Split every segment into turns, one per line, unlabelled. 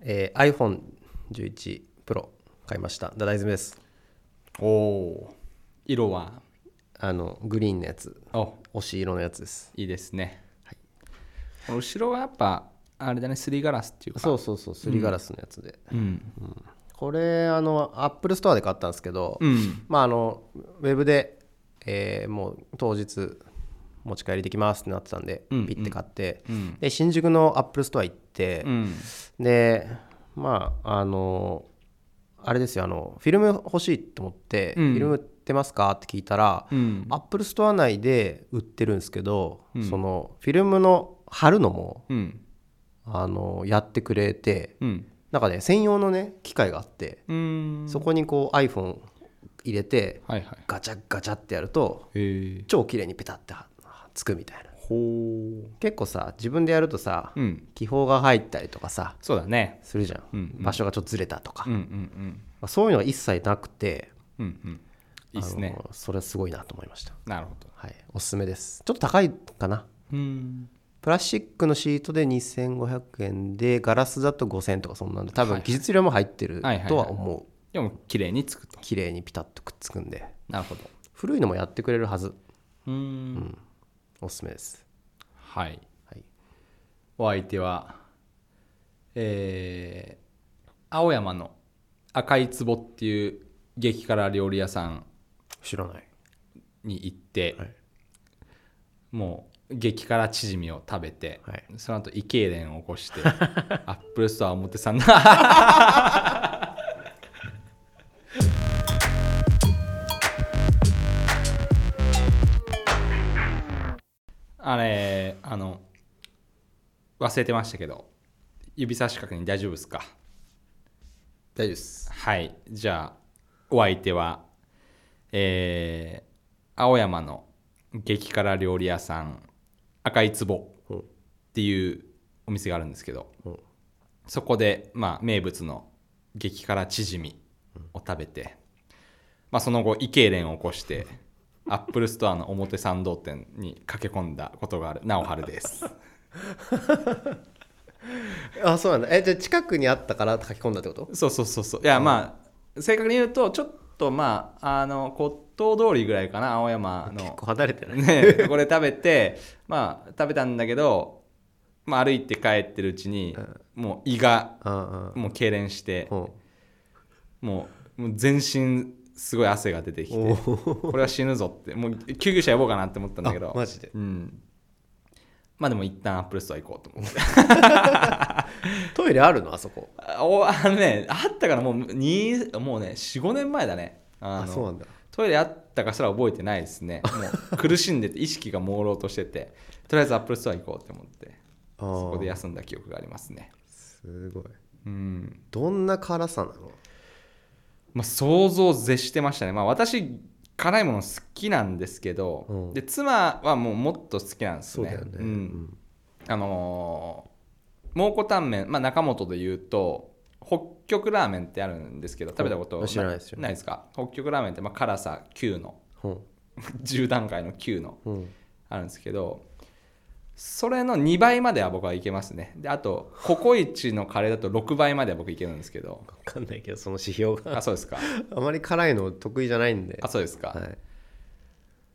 えー、iPhone11 Pro 買いましたダダイズムです
おお色は
あのグリーンのやつ
お
推し色のやつです
いいですね、この後ろはやっぱあれだねすりガラスっていうか
そうそうそうすりガラスのやつで、
うん
これあのアップルストアで買ったんですけど、
うん
まああのウェブで、えーもう当日持ち帰りできますってなってたんで、
うんうん
ピッて買って、
うん
で新宿のアップルストア行って、
うん
でまああのあれですよあのフィルム欲しいと思って、
うん
フィルム売ってますかって聞いたら、
うん
アップルストア内で売ってるんですけど、
うん
そのフィルムの貼るのも
うん
あのやってくれて
うん
なんかね専用のね機械があって、
うん
そこにこう iPhone 入れて
はいはい
ガチャガチャってやると
へえ
超綺麗にペタってはつくみたいな
ほう
結構さ自分でやるとさ、
うん
気泡が入ったりとかさ
そうだね
するじゃん、
うん
場所がちょっとずれたとか、
うん
ま
うんうん
あそういうのが一切なくて
うんうんいいっす
あ
ね
のそれはすごいなと思いました、
なるほど
はい、おすすめですちょっと高いかな
うん
プラスチックのシートで2500円でガラスだと5000円とかそんなんで多分技術量も入ってる
はいはい
とは思う
でも綺麗につくと
綺麗にピタッとくっつくんで
なるほど
古いのもやってくれるはず
うん
おすすめです、
はい
はい、
お相手はえー青山の赤い壺っていう激辛料理屋さん
知らない
に行って、
はい
もう激辛チヂミを食べて、
はい
その後胃痙攣を起こして アップルストア表参道 あれあの忘れてましたけど指差し確認大丈夫ですか
大丈夫です
はいじゃあお相手はえー青山の激辛料理屋さん赤い壺
うん
っていうお店があるんですけど
うん
そこで、まあ、名物の激辛チヂミを食べて、まあ、その後胃痙攣を起 こしてアップルストアの表参道店に駆け込んだことがある直春です
あそうなんだえじゃあ近くにあったから書き込んだってこと
そうそうそうそういやまあ正確に言うとちょっとまああの骨董通りぐらいかな青山
結
の
構離れてない
ね これ食べてまあ食べたんだけど、まあ、歩いて帰ってるうちに、もう胃が
うん
もう痙攣して
うんうん
もうもう全身すごい汗が出てきてこれは死ぬぞってもう救急車呼ぼうかなって思ったんだけど
あマジで
うんまあでも一旦アップルストア行こうと思って
トイレあるのあそこ
あおあのねあったからもうにもうね45年前だね
あ
あの
そうなんだ
トイレあったかすら覚えてないで すねもう苦しんでて意識が朦朧としててとりあえずアップルストア行こうって思って
あー
そこで休んだ記憶がありますね
すごい
うん
どんな辛さなの
まあ、想像を絶してましたね、まあ、私辛いもの好きなんですけど、
うん
で妻はもうもっと好きなんですね、
うん
あのー蒙古タンメン、まあ、中本で言うと北極ラーメンってあるんですけど食べたこと
うん知らないですよね
ないですか北極ラーメンってまあ辛さ9の
うん
10段階の9の
うん
あるんですけどそれの2倍までは僕はいけますねであとココイチのカレーだと6倍までは僕いけるんですけど
分かんないけどその指標が
あそうですか
あまり辛いの得意じゃないんで
あそうですか、
はい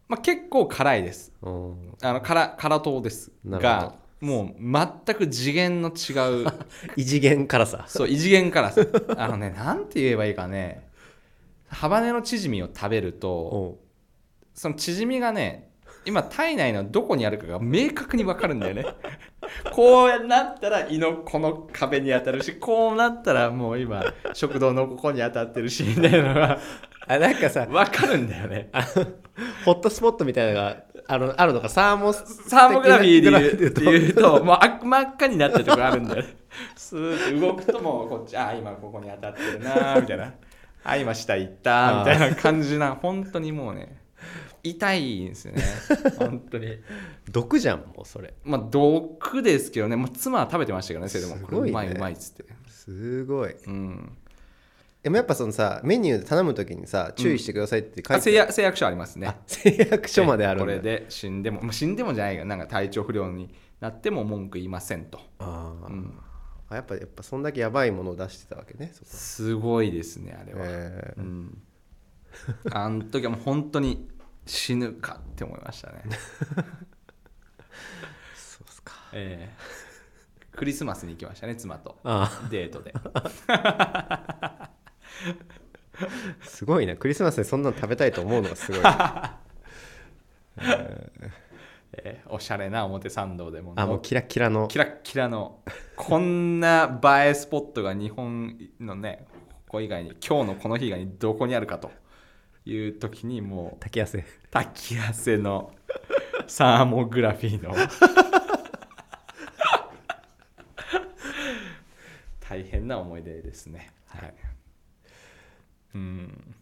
まあ、結構辛いです
うん
あの辛辛党です
なるほ
がもう全く次元の 違う
異次元辛さ
そう異次元辛さあのねなんて言えばいいかねハバネのチヂミを食べると
お
そのチヂミがね今体内のどこにあるかが明確に分かるんだよね こうなったら胃のこの壁に当たるしこうなったらもう今食堂のここに当たってるしみたいなのが
あなんかさ
分かるんだよね
ホットスポットみたいなのがあのあるのかサーモ
サーモグラフィーで言う
的な
っていうと、もうあ真っ赤になってるとこあるんだよね。スーッて動くともうこっち、あ、今ここに当たってるなーみたいな。 あ、今下行ったーみたいな感じな、本当にもうね、痛いんです よね。本当に。
毒じゃんもうそれ
まあ、毒ですけどね、まあ、妻は食べてましたけどね、それでも、
す
こ
ごいうね
れまいうまいっつって。
すごい
うん。
でもやっぱそのさメニューで頼むときにさ注意してくださいって書
あ
い
誓
て、
約誓約書ありますね
あ。誓約書まであるん
こ
だ
れで死んでも、まあ、死んでもじゃないけど、なんか体調不良になっても文句言いませんと。
あー
うん
あやっぱやっぱそんだけやばいものを出してたわけねそこ
すごいですねあれは、
え
うんあの時はもう本当に死ぬかって思いましたね
そうっすか
ええクリスマスに行きましたね妻と
あ
デート で
あすごいなクリスマスにそんなの食べたいと思うのが すごいあ
ええおしゃれな表参道でも
もうキラキラの
キラッキラのこんな映えスポットが日本のねここ以外に今日のこの日以外にどこにあるかという時にもう
竹安
滝汗のサーモグラフィーの大変な思い出ですねはいうん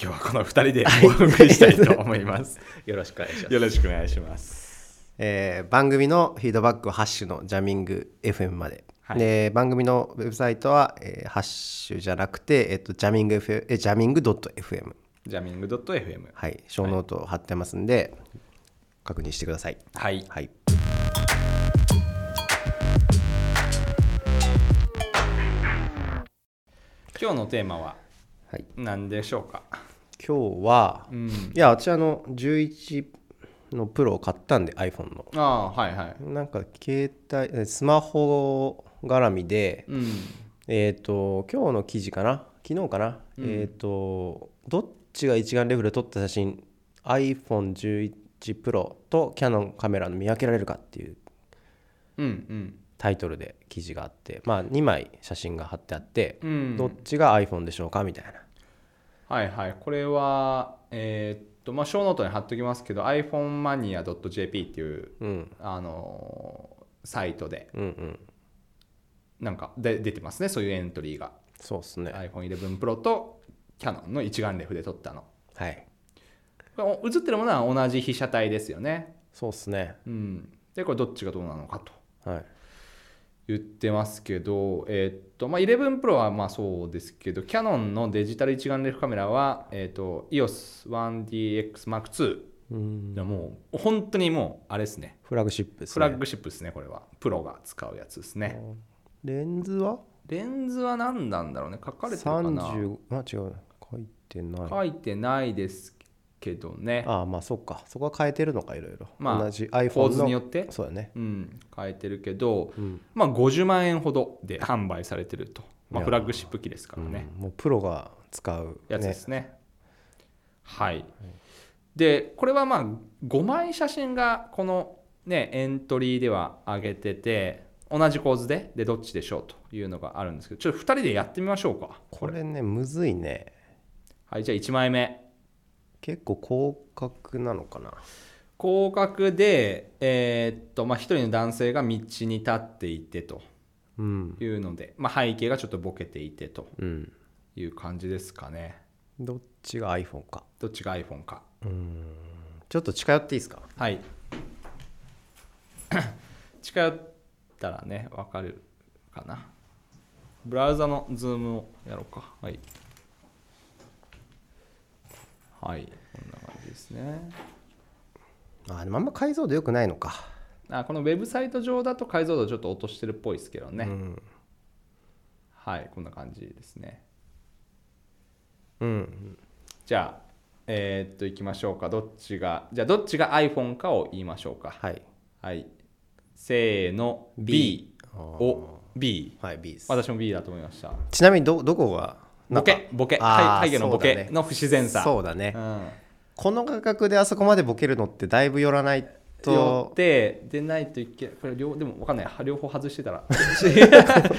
今日はこの2人でお送りしたいと思います、
よろしくお願いしま
よろしくお願いします
えー番組のフィードバックをハッシュのジャミング FM まで、
はい
で番組のウェブサイトは、えーハッシュじゃなくて、えっと、ジャミング F えジャミング .fm
ジャミング .fm
はい小ノートを貼ってますんで、確認してください
はい
はい
今日のテーマは
はい
何でしょうか
今日は、
うん
いや私あの11のプロを買ったんで iPhone の
ああはいはい
なんか携帯えスマホ絡みで、
うん
えっ、と今日の記事かな昨日かな、えっ、とどっちが一眼レフで撮った写真 iPhone11 Pro とキヤノンカメラの見分けられるかっていう
うん
タイトルで記事があってまあ2枚写真が貼ってあって、
うんうん
どっちが iPhone でしょうかみたいな
はいはいこれはえーっとまあショーノートに貼っときますけど iPhoneMania.jp っていう
うん
あのーサイトで
うんうん
なんかで出てますねそういうエントリーが
そうっすね
iPhone11Pro とキヤノンの一眼レフで撮ったの
はい
これ映ってるものは同じ被写体ですよね
そうっすね
うんでこれどっちがどうなのかと
はい
言ってますけど、えーっとまあ、11 Pro はまあそうですけど、キヤノンのデジタル一眼レフカメラは、えーっと EOS1DXM2
うん
がもう本当にもうあれですね、
フラグシップです
フ
ね
ラッグシップですね、これは。プロが使うやつですね。
レンズは
レンズは何なんだろうね、書かれてるかな
30あ違うな書いてない
書いてないですけどね、
ああまあそっかそこは変えてるのかいろいろ、
まあ
同じ iPhone の
構図によって、
そうだね
うん、変えてるけど、
うん、
まあ、50万円ほどで販売されてると、ま
い
あ、
や
フラッグシップ機ですからね。
うんもうプロが使う、
やつ
ね
ですね。はい。で、これはまあ5枚写真がこのねエントリーでは上げてて、同じ構図ででどっちでしょうというのがあるんですけど、ちょっと2人でやってみましょうか。
これねむずいね
はい、じゃあ1枚目。
結構広角なのかな
広角で、えーっと、まあ、1人の男性が道に立っていてと
うん
いうので、まあ、背景がちょっとボケていてと
うん
いう感じですかね。
どっちが iPhone か
どっちが iPhone か。
ちょっと近寄っていいですか
はい。 近寄ったらね、わかるかな。ブラウザのズームをやろうか。はい。はい、こんな感じですね。
あでもあんま解像度良くないのか
あこのウェブサイト上だと解像度ちょっと落としてるっぽいですけどね。
ん
はい、こんな感じですね。
うん
じゃあ、えーっと、いきましょうか。どっちが、じゃあ、どっちが iPhone かを言いましょうか。
はい
はい。せーの、B
B。
お、B。
はい B です
私も B だと思いました。
ちなみにどどこがな
ボ
んか
ケ、ボケ、
あー
はい背景のボ
そうだ
ケ
ね
の不自然さ。
そうだね、
うん
この価格であそこまでボケるのってだいぶ寄らない
よ
と
って、でないといけこれ両、でも分 かんない、は両方外してたら、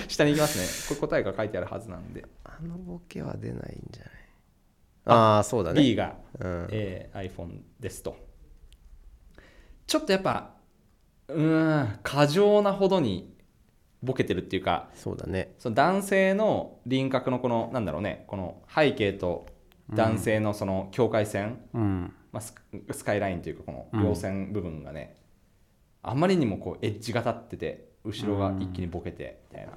下に行きますね。これ答えが書いてあるはずなんで、
あのボケは出ないんじゃないああーそうだね
B が、
うん
えー iPhone ですと。ちょっとやっぱ、うーん、過剰なほどにボケてるっていうか、
そうだね
その男性の輪郭のこの、なんだろうね、この背景と男性のその境界線。
うん
まあ、ススカイラインというかこの稜線部分がね、あまりにもこうエッジが立ってて後ろが一気にボケてみたいな、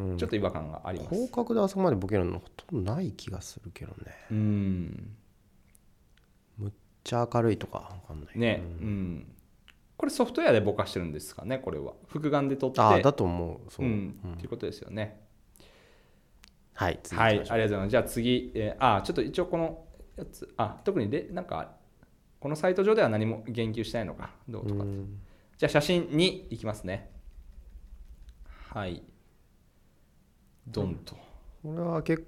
うん
ちょっと違和感があります
広角であそこまでボケるのほとんどない気がするけどね
うん
むっちゃ明るいとかわかんない
ね、うんこれソフトウェアでぼかしてるんですかねこれは複眼で撮って
ああだと思うそうう、
んっていうことですよね、
はい次
はいあり
行きまし
がとうございますじゃあ次、えーあちょっと一応このやつあ特にでなんかこのサイト上では何も言及してないのかどうと
ょう
か
う
って
ん
じゃあ写真に行きますねはいドンと
これは結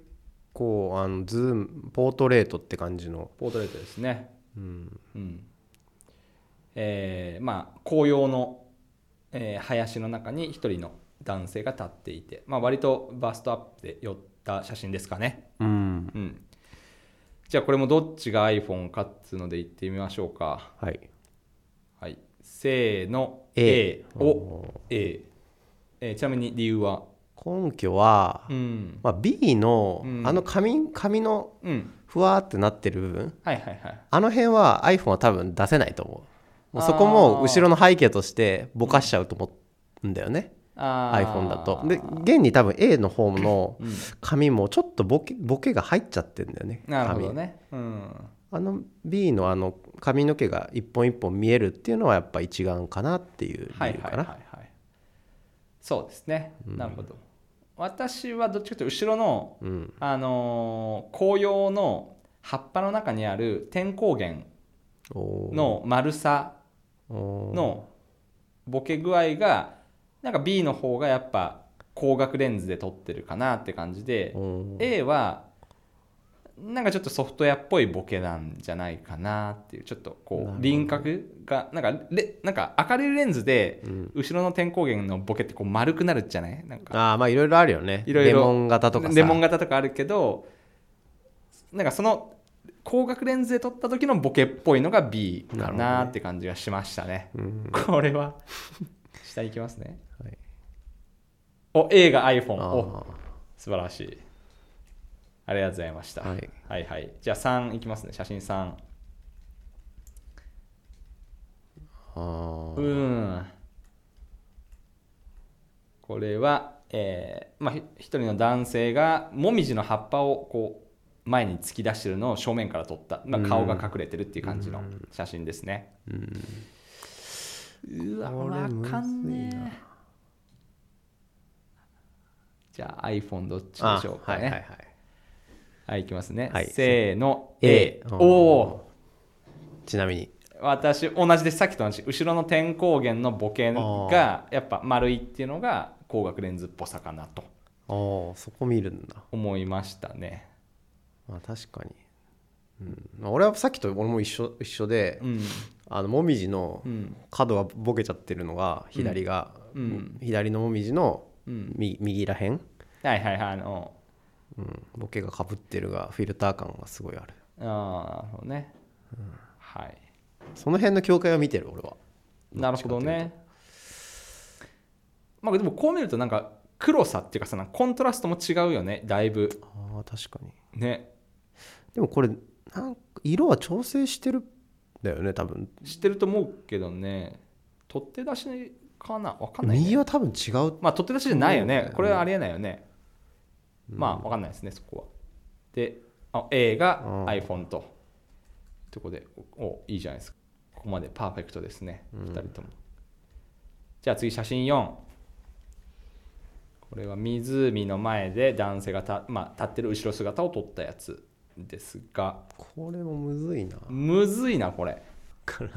構あのズームポートレートって感じの、
ポートレートですね
うん、
うんえーまあ紅葉の、えー林の中に一人の男性が立っていて、まあ、割とバストアップで寄った写真ですかね、
うん、
うん、じゃあこれもどっちが iPhone かっつうので言ってみましょうか、
はい
はい、せーの
A
お A、えーちなみに理由は
根拠は、
うん
まあ、B の、
うん
あの紙紙の
うん
ふわーってなってる部分
はいはいはい
あの辺は iPhone は多分出せないと思うもうそこ
あ
も
ー
後ろの背景としてぼかしちゃうと思うんだよね
あー
iPhone だとで現に多分 A の方の
うん
紙もちょっとボケボケが入っちゃってんだよね
なるほど
紙
ね、うん、
あの B のあの髪の毛が一本一本見えるっていうのはやっぱ一眼かなっていう理
はい
由
は
かな、
いはいはいそうですね、なるほど私はどっちかというと後ろの、
うん
あのー紅葉の葉っぱの中にある天光源
おー
の丸さ
おー
のボケ具合がなんか B の方がやっぱ光学レンズで撮ってるかなって感じで
おー
A はなんかちょっとソフトウェアっぽいボケなんじゃないかなっていうちょっと
なる
こ
ほ
う
ど
輪郭がなんかレなんか明るいレンズで後ろの天光源のボケってこう丸くなるじゃないなんか
ああまあいろいろあるよね
いろいろ
レモン型とかさ
レモン型とかあるけどなんかその光学レンズで撮った時のボケっぽいのが B
なる
か
ほど
なって感じがしましたね
うん
これは下行きますね、
はい
お A が iPhone
あ
お
ー
素晴らしいありがとうございました、
はい
はいはいじゃあ3いきますね写真3
あー
うーんこれは、えーまあ、ひ一人の男性がもみじの葉っぱをこう前に突き出してるのを正面から撮った、まあ、顔が隠れてるっていう感じの写真ですねうわ
これ
わかんね
むずいな
えじゃあ iPhone どっちでしょうか
あはい
ね
はいはい
はい、いきますね。
はい
せーの、
A
A。おお
ちなみに
ー、私、同じです。さっきと同じ。後ろの天光源のボケが、やっぱ丸いっていうのが、光学レンズっぽさかなと
ああそこ見るんだ
思いましたね。
まあ確かに、うんまあ、俺はさっきと俺も一緒一緒で、
うん。
あのもみじの
うん。
角がボケちゃってるのが左が、
うんうん
左のもみじの
うん。
右右らへん、
はいはいはい。あの、
うん、ボケがかぶってるがフィルター感がすごいある
あーなるほどね。はい。
その辺の境界を見てる俺は
なるほどね。まあ、でもこう見ると、なんか、黒さっていうかさ、なんかコントラストも違うよね、だいぶ。
あー確かに
ね。
でもこれなんか色は調整してるんだよね多分
知ってると思うけどね取って出しかなわかんない、ね、
右は多分違う
まあ取って出しじゃないよ
そうだ
ね
よね
これはありえないよね、まあわかんないですねそこはであ A が
うん
iPhone ととこでおおいいじゃないですかここまでパーフェクトですね、二人ともじゃあ次写真4これは湖の前で男性がた、まあ、立ってる後ろ姿を撮ったやつですが
これもむずいな
むずいなこれ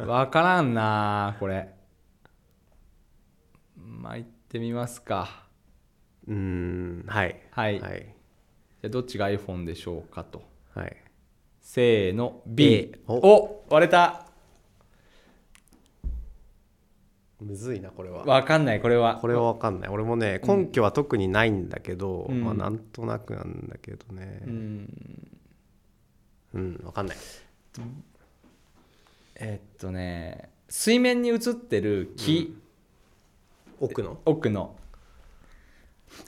わからんなこれまあ行ってみますか
うーんはい
はい、
は
じ
い、
ゃあどっちが iPhone でしょうかと
はい、
せーの B
A
お
お
割れた
むずいなこれは
わかんないこれは
これは分かんない俺もね根拠は特にないんだけど、
うん
まあなんとなくなんだけどね
うん
うん、分かんない
えっとね水面に映ってる木、
奥の
奥の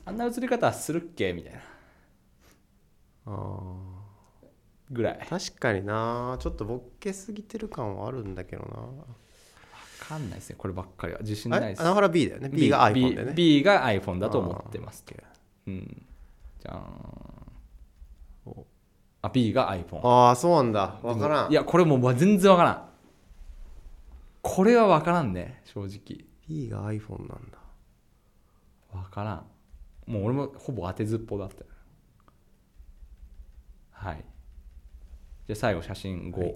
あんな映り方するっけみたいな
あ
ぐらい
ー確かになちょっとボッケすぎてる感はあるんだけど
わかんないですねこればっかりは自信
な
ない
あれ
です
穴原 B だよね B が iPhone だよね
B, B が iPhone だと思ってますけど。うん。じゃーん。あ、B が iPhone。
ああそうなんだ分からん
いや、これもう全然わからん。これは分からんね正直
P が iPhone なんだ
分からんもう俺もほぼ当てずっぽうだったよはいじゃあ最後写真5、
は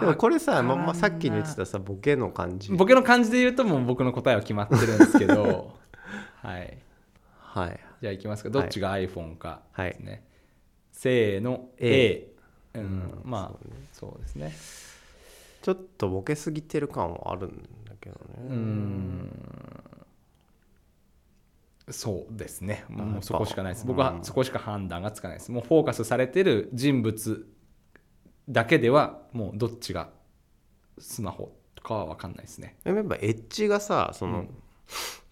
でもこれさ、ま
わ
まあ、
からんな
さっきの言ってたさボケの感じ
僕の感じで言うともう僕の答えは決まってるんです けどはい
はい
じゃあいきますかどっちが iPhone か
はい
ですね、せーの A,
A
うん、まあそう,、ですね
ちょっとボケすぎてる感はあるんだけど
う
ね、
んそうですね
あ
もうそこしかないです
やっぱ
僕は
うん
そこしか判断がつかないですもうフォーカスされてる人物だけではもうどっちがスマホかは分かんないですね
やっぱエッジがさその、
うん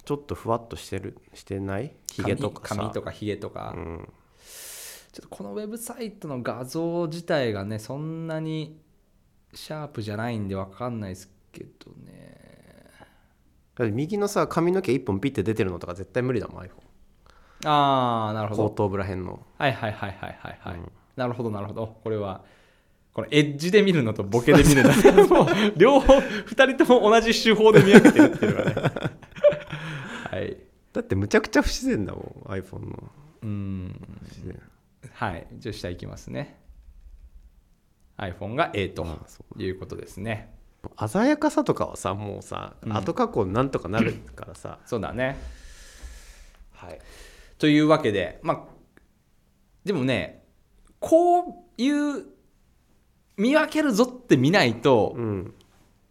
ちょっとふわっとしてるしてないひげとかさ
髪髪とかひげとか、
うん、
ちょっとこのウェブサイトの画像自体がねそんなにシャープじゃないんでわかんないですけどね
だって右のさ髪の毛一本ピッて出てるのとか絶対無理だもん iPhone
ああなる
後
ほど
頭部らへんの
はいはいはいはいはいはい、なるほどなるほどこれはこのエッジで見るのとボケで見る のともう両方2人とも同じ手法で見分けてるっていうのがね はい
だってむちゃくちゃ不自然だもん iPhone の
うん
不自然
はいじゃあ下いきますね iPhone が A と
あそ
いうことですね
鮮やかさとかはさもうさ、後加工なんとかなるからさ
そうだね
はい
というわけでまあでもねこういう見分けるぞって見ないと
うん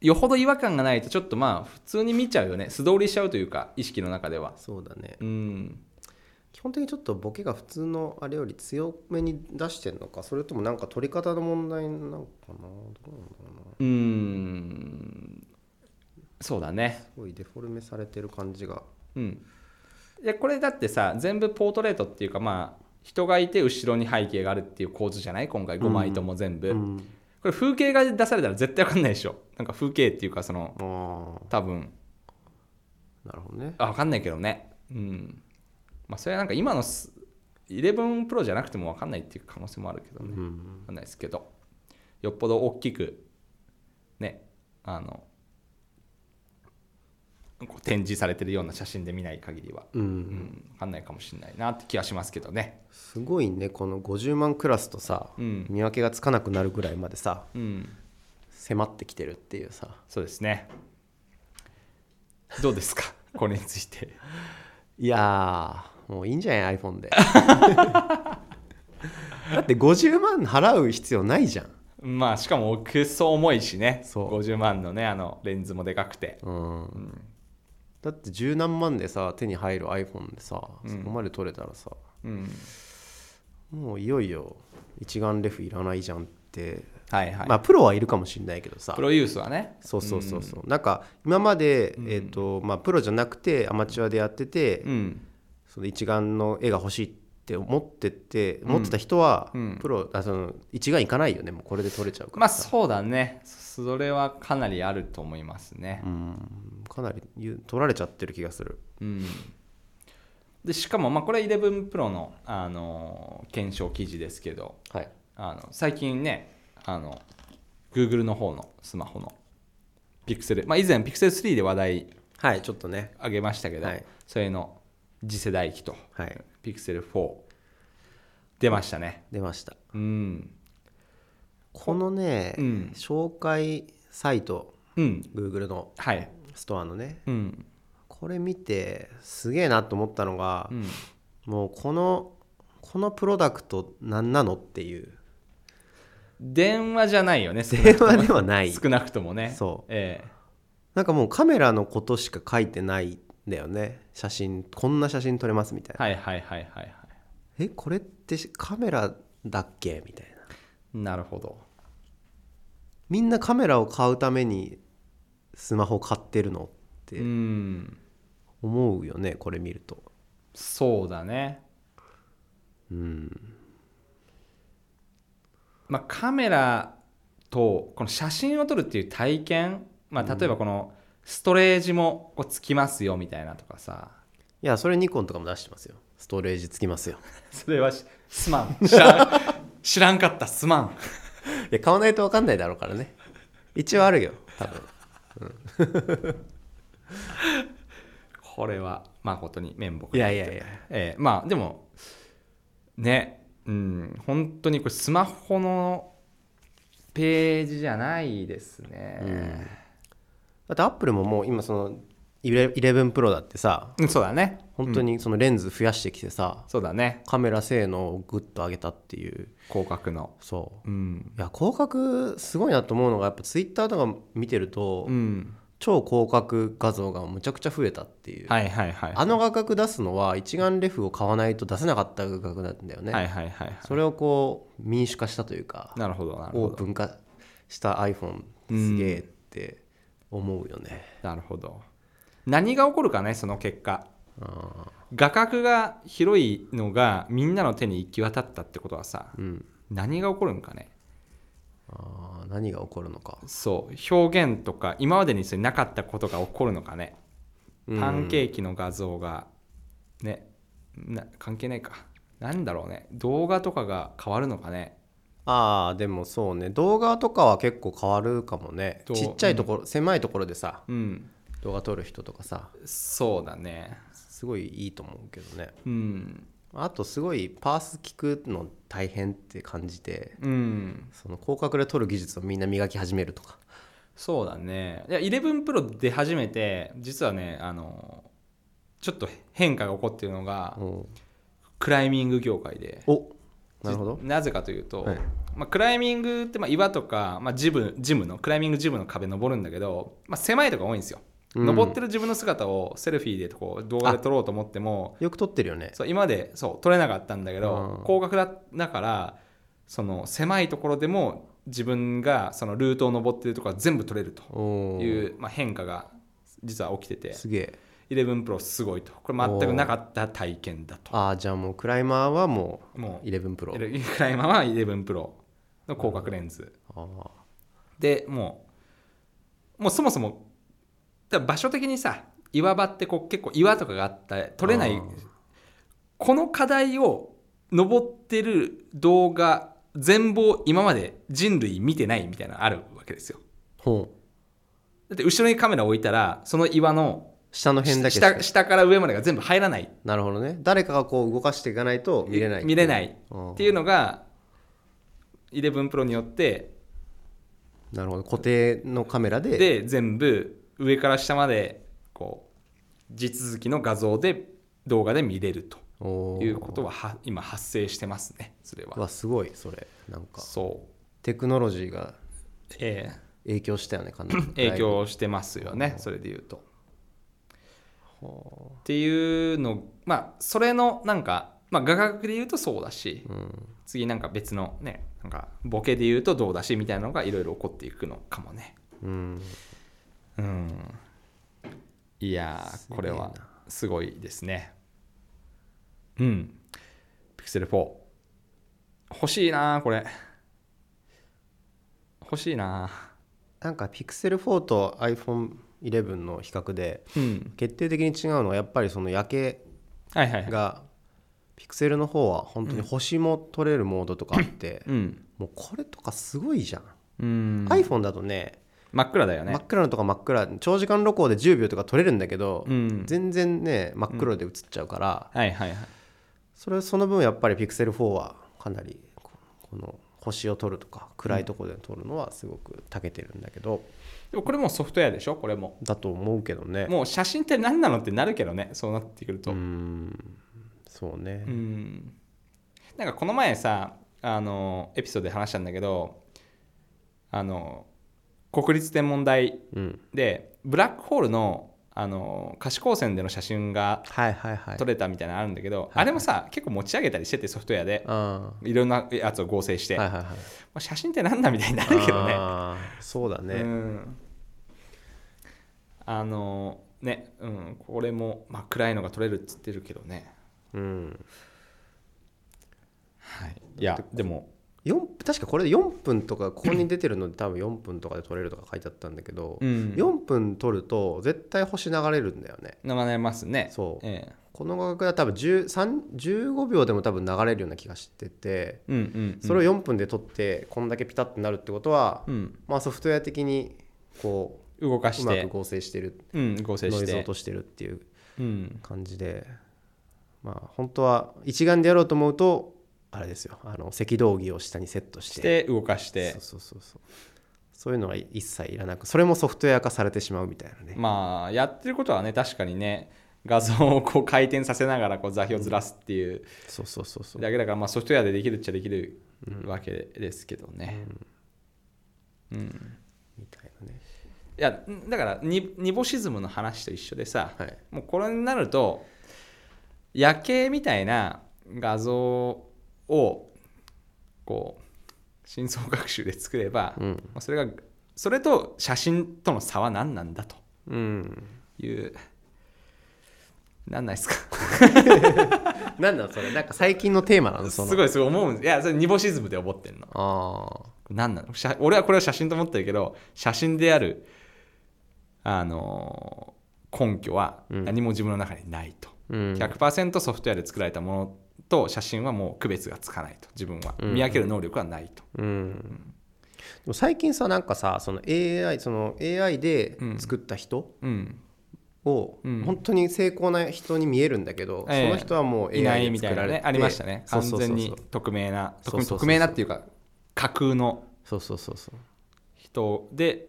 よほど違和感がないとちょっとまあ普通に見ちゃうよね素通りしちゃうというか意識の中では
そうだね
うん
基本的にちょっとボケが普通のあれより強めに出してんのかそれともなんか取り方の問題なのかなどうなんだろうな
うーんそうだね
すごいデフォルメされてる感じが
うんいやこれだってさ全部ポートレートっていうかまあ人がいて後ろに背景があるっていう構図じゃない今回5枚とも全部、こ
ん
れ風景が出されたら絶対分かんないでしょなんか風景っていうかその
ああ
多分
なるほどね
あ分かんないけどねうんまあそれはなんか今のす11プロじゃなくても分かんないっていう可能性もあるけど
う
ね、わ
ん
かんないですけどよっぽど大きくねあのこう展示されてるような写真で見ない限りは、
うん、
うん、分かんないかもしれないなって気はしますけどね
すごいねこの50万クラスとさ、
うん
見分けがつかなくなるぐらいまでさ
うん
迫ってきてるっていうさ
そうですねどうで すかこれについて
いやーもういいんじゃない iPhone でだって50万払う必要ないじゃん
まあしかも奥そう重いしね
そう
50万のねあのレンズもでかくて
うんだって十何万でさ手に入る iPhone でさ、
うん
そこまで取れたらさ
うん
もういよいよ一眼レフいらないじゃんって、
はいはい、
まあプロはいるかもしれないけどさ
プロユースはね
そうそうそうそう、なんか今まで、えーとまあ、プロじゃなくてアマチュアでやってて、
うん
その一眼の絵が欲しいって思ってて持ってた人は、
うん
プロあその一眼いかないよねもうこれで撮れちゃうか
ま
ら
あそうだねそれはかなりあると思いますね
うんかなりゆ撮られちゃってる気がする
うんでしかもまあこれは11プロのあの検証記事ですけど
はい
あの最近ねあの Google の方のスマホのピクセルまあ以前ピクセル3で話題
はいちょっとね
あげましたけど、
はい
それの次世代機と
はい
ピクセル4出ましたね
出ました
うん
このね、
うん
紹介サイト
うん
Google の
はい
ストアのね
うん
これ見てすげえなと思ったのが、
うん
もうこのこのプロダクト何なのって いう
電話じゃないよね少な
電
くとも
話ではない
少なくともね
そう
ええ
なんかもうカメラのことしか書いてないんだよね写真こんな写真撮れますみたいな、
はいはいはいはいは
えこれってカメラだっけみたいない
なるほど
みんなカメラを買うためにスマホ買ってるのっ
う
て
ん
思うよねこれ見ると
そうだね
うん
まあ、カメラとこの写真を撮るっていう体験、まあ、例えばこのストレージもこうつきますよみたいなとかさ
いやそれニコンとかも出してますよス トレージつきますよ
それはしすまん知らん知らんかったすまん
や買わないと分かんないだろうからね一応あるよ多分
これは誠に面目
いやいやいや
えーまあでもねうん本当にこれスマホのページじゃないですね、
だってアップルももう今その11 Pro だってさ
うんそうだね
本当にそのレンズ増やしてきてさ、
そうだね
カメラ性能をグッと上げたっていう
広角の
そう
うん
いや広角すごいなと思うのがやっぱツイッターとか見てると、
うん
超広角画像がむちゃくちゃ増えたっていう、
はいはいはい
あの画角出すのは一眼レフを買わないと出せなかった画角なんだよね、
はいはいはいはい
それをこう民主化したというか
なるほどなる
オ
ほ
ー
ど
プン化した iPhone すげえって思うよね、
なるほど何が起こるかねその結果
あ
画角が広いのがみんなの手に行き渡ったってことはさ
ーうん
何が起こるんかね
あー何が起こるのか
そう表現とか今までにそれなかったことが起こるのかねパンケ
キ
ーキの画像がねな関係ないかなんだろうね動画とかが変わるのかね
ああでもそうね動画とかは結構変わるかもね
どう
ちっちゃいところ、狭いところでさ
うん
動画撮る人とかさ
そうだね
すごいいいと思うけどね
うん
あとすごいパース聞くの大変って感じて
うん
その広角で撮る技術をみんな磨き始めるとか
そうだねいや11プロ出始めて実はねあのちょっと変化が起こっているのが
お
クライミング業界で
おなるほど
じなぜかというと、
はい
まあ、クライミングってまあ岩とか、まあ、ジムジムのクライミングジムの壁登るんだけど、まあ、狭いとこが多いんですよ、
うん
登ってる自分の姿をセルフィーでこう動画で撮ろうと思っても
よく撮ってるよね
そう今までそう撮れなかったんだけど、
うん
高額だだからその狭いところでも自分がそのルートを登ってるところは全部撮れると
お
いう、まあ、変化が実は起きてて
すげえ
11プロすごいとこれ全くなかった体験だと
ああじゃあもうクライマーはも
も
う
う
11プロ
クライマーは11プロの広角レンズ、
あー
でもうもうそもそもだから場所的にさ岩場ってこう結構岩とかがあった取れな
あ
い
ー
この課題を登ってる動画全貌今まで人類見てないみたいなのあるわけですよ
ほう
だって後ろにカメラ置いたらその岩の
下の辺だけしか
下下から上までが全部入らない
なるほどね誰かがこう動かしていかないと見れない
見れない
あ
っ
ー
ていうのが11プロによって
なるほど固定のカメラで
で全部上から下までこう地続きの画像で動画で見れると
おー
いうことはは今発生してますねそれ
う
は
わすごいそれなんか
そう
テクノロジーが
ええ
影響したよね完全に
影響してますよねそれで言うとっていうのまあそれのなんかまあ画角で言うとそうだし
うん
次なんか別のねなんかボケで言うとどうだしみたいなのがいろいろ起こっていくのかもね
うん
うんいやーこ
げ
れ
えな
はすごいですねうんピクセル4欲しいなーこれ欲しいな
なんか Pixel4 と iPhone11 の比較で
ーうん
決定的に違うのはやっぱりその夜景
はいはいはい
がピクセルの方は本当に星も撮れるモードとかあって、
うん、
もうこれとかすごいじゃん、
うん、
iPhone だとね
真っ暗だよね
真っ暗のとか真っ暗長時間露光で10秒とか撮れるんだけど、
うん
全然ね真っ黒で映っちゃうから、
はいはいはい
それその分やっぱり Pixel4 はかなりここの星を撮るとか暗いところで撮るのはすごく長けてるんだけど、
でもこれもうソフトウェアでしょこれも
だと思うけどね
もう写真って何なのってなるけどねそうなってくると
うーんそうね、
うんなんかこの前さあのエピソードで話したんだけどあの国立天文台
うん、
でブラックホールのあの可視光線での写真が
はいはいはい
撮れたみたいなのあるんだけど、あれもさ結構持ち上げたりしててソフトウェアで、
あ
いろんなやつを合成し
あ
て、
はいはいはい
まあ写真ってなんだみたいになるけどね。
あーそうだね、
うん、あのね、うん、これも、まあ、暗いのが撮れるっつってるけどね。
うん、
はい、いやでも
四確かこれで4分とかここに出てるので多分4分とかで撮れるとか書いてあったんだけど、
うん
4分撮ると絶対星流れるんだよね
流れますね。
そう
え
この画角は多分10 3 15秒でも多分流れるような気がしてて
うんうん
それを4分で撮ってこんだけピタッとなるってことは、
うん
まあ、ソフトウェア的にこ
動か
うう
し
ま
て
く合成してる
うん合成
ノ
し
イズを落
て
としてるっていう
うん
感じでまあ本当は一眼でやろうと思うとあれですよあの赤道儀を下にセットして
して動かして
そうそうそうそうそういうのは一切いらなくそれもソフトウェア化されてしまうみたいなね、
まあやってることはね確かにね画像をこう回転させながらこう座標ずらすっていう
そうそうそうそう
だけだからまあソフトウェアでできるっちゃできるわけですけどね、
みたいなね
いやだからニニボシズムの話と一緒でさ、
はい
もうこれになると夜景みたいな画像をこう深層学習で作れば、
うん
まあそれがそれと写真との差は何なんだと
うん
いうなんないですか
なんなのそれなんか最近のテーマなのその
すごいすごい思うんですいやそれニボシズムで思ってんの
ああ
なんなの写俺はこれは写真と思ってるけど写真であるあのー根拠は何も自分の中にないと、
うん
100%ソフトウェアで作られたものと写真はもう区別がつかないと自分は見分ける能力はないと、
うんでも最近さなんかさその AI その AI で作った人
うん
を、
うん
本当に成功な人に見えるんだけど、
ええ
その人はもう AI
いないみ
で
たい
作ら
な
れて
ねありましたね
そ
完
うそうそうそう
全に匿名な
そうそうそうそう
匿名なっていうか架空の
そうそうそうそう
人で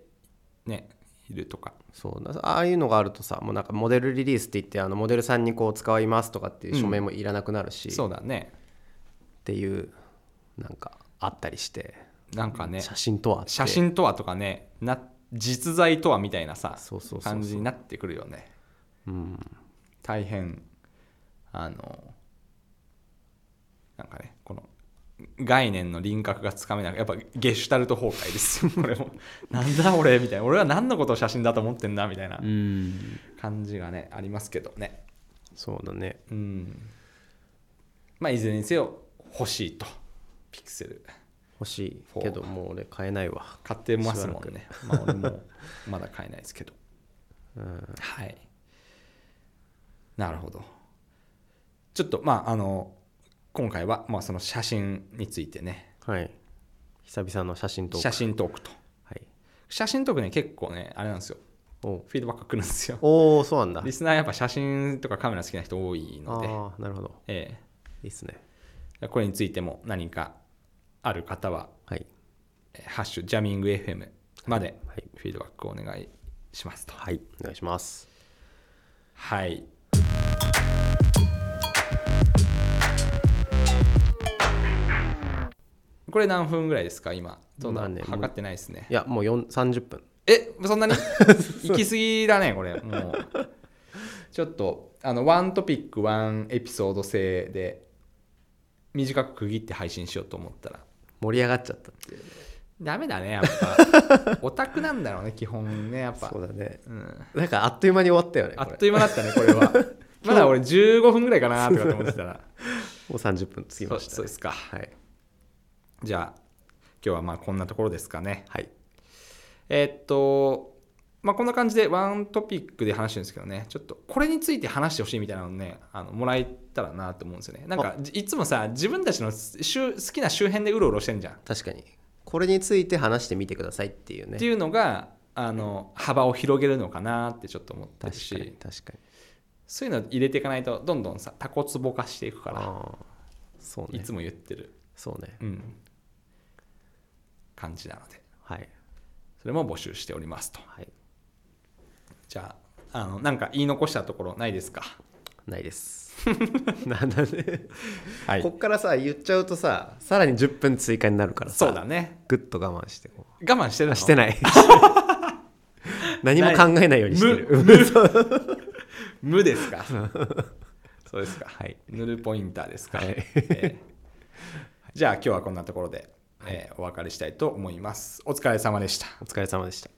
ねいるとか
そうだああいうのがあるとさもうなんかモデルリリースって言ってあのモデルさんにこう使いますとかっていう署名もいらなくなるし、
そう
っ
だね
ていうなんかあったりして、
なんかね
写真とはって
写真とはとかねな実在とはみたいなさ
そうそうそうそう
感じになってくるよね
うん
大変あのなんかねこの概念の輪郭がつかめなくやっぱゲシュタルト崩壊ですよ これもなんだ俺みたいな俺は何のことを写真だと思ってんだみたいな感じがねありますけどね
そうだね
うんまあいずれにせよ欲しいとピクセル
欲しいけどもう俺買えないわ
買ってますもんね。まあ俺もまだ買えないですけど。はい。なるほど。ちょっとまああの今回はまあその写真についてね
はい久々の写真と
写真トークと
はい
写真トークね結構ねあれなんですよ
お
フィードバック来るんですよ。
おーそうなんだ
リスナーやっぱ写真とかカメラ好きな人多い
あ
ので、
あなるほど
え
いいっすね
えこれについても何かある方は
はい
えハッシュジャミング FM まで
はい
フィードバックをお願いしますと。
はいお願いします
はい。これ何分ぐらいですか今どうだ、
まあね
測ってないですね
いやもう4 30分
え そんなに行き過ぎだねこれもうちょっとあのワントピックワンエピソード制で短く区切って配信しようと思ったら
盛り上がっちゃったっていう
ダメだねやっ ぱオタクなんだろうね基本ねやっぱ
そうだね
うん
なんかあっという間に終わったよね
あ
こ
っ
れ
という間だったねこ れはまだ俺15分ぐらいかなとかと思ってたら
もう30分過ぎまし
そ
た
うですか
はい
じゃあ今日はまあこんなところですかね
はい
えーっとまあこんな感じでワントピックで話してるんですけどねちょっとこれについて話してほしいみたいなのねあのもらえたらなと思うんですよねなんかじいつもさ自分たちの周好きな周辺でうろうろしてんじゃん、
確かにこれについて話してみてくださいっていうね
っていうのがあの幅を広げるのかなってちょっと思ってる
確かに
し
確かに
そういうの入れていかないとどんどんさタコツボ化していくから、
ああそう
い
ね
つも言ってる、
そうね
うん、感じなので
はい
それも募集しておりますと。
はい
じゃあ、あの、なんか言い残したところないですか。
ないですなんだね
は
こ。っからさ言っちゃうとささらに10分追加になるからさ
そうだね。
ぐっと我慢してこう
我慢してるの。
あして
ない。
ない何も考えないようにしてる
無ですか。そうですか。はい。ぬるポインターですか。
はい
えーじゃあ、今日はこんなところで、えーお別れしたいと思います。お疲れ様でした。
お疲れ様でした